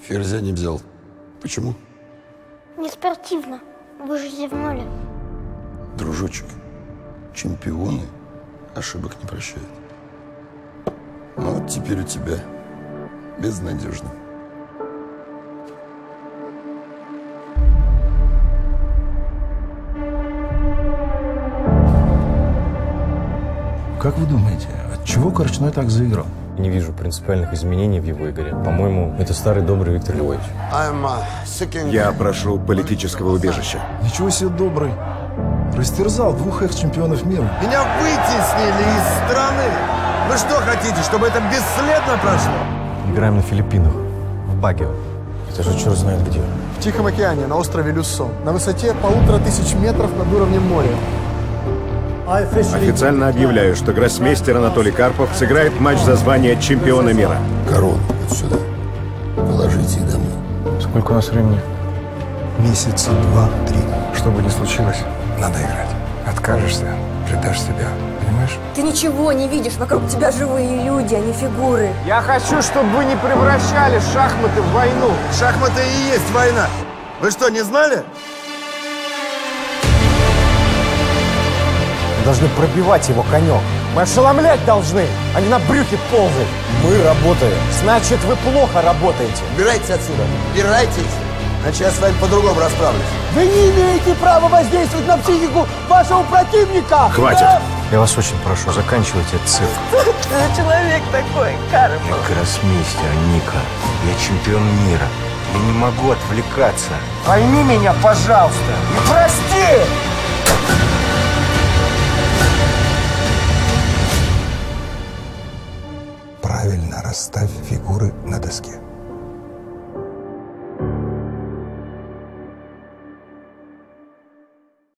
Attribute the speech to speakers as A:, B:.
A: Ферзя не взял. Почему?
B: Не спортивно. Вы же зевнули.
A: Дружочек, чемпионы ошибок не прощают. Ну вот теперь у тебя безнадежно.
C: Как вы думаете, от чего Корчной так заиграл?
D: Не вижу принципиальных изменений в его игре. По-моему, это старый добрый Виктор Львович.
E: Я прошу политического убежища.
C: Ничего себе добрый. Растерзал двух экс-чемпионов мира.
F: Меня вытеснили из страны. Вы что хотите, чтобы это бесследно прошло?
D: Играем на Филиппинах. В Багио. Это же черт знает где.
G: В Тихом океане, на острове Люсо, на высоте полутора тысяч метров над уровнем моря.
E: Официально объявляю, что гроссмейстер Анатолий Карпов сыграет матч за звание чемпиона мира.
A: Корону вот сюда. Положите и домой.
C: Сколько у нас времени? Месяца два-три. Что бы ни случилось, надо играть. Откажешься, предашь себя. Понимаешь?
H: Ты ничего не видишь, вокруг тебя живые люди, а не фигуры.
F: Я хочу, чтобы вы не превращали шахматы в войну. Шахматы и есть война. Вы что, не знали?
D: Должны пробивать его конек. Мы ошеломлять должны, а не на брюхе ползать. Мы работаем. Значит, вы плохо работаете.
F: Убирайтесь отсюда. Убирайтесь. Иначе я с вами по-другому расправлюсь.
D: Вы не имеете права воздействовать на психику вашего противника.
E: Хватит.
D: Я вас очень прошу, заканчивайте этот цирк.
H: Ты человек такой, Карл.
D: Я гроссмейстер, Ника. Я чемпион мира. Я не могу отвлекаться. Пойми меня, пожалуйста, и прости!
C: Правильно расставь фигуры на доске.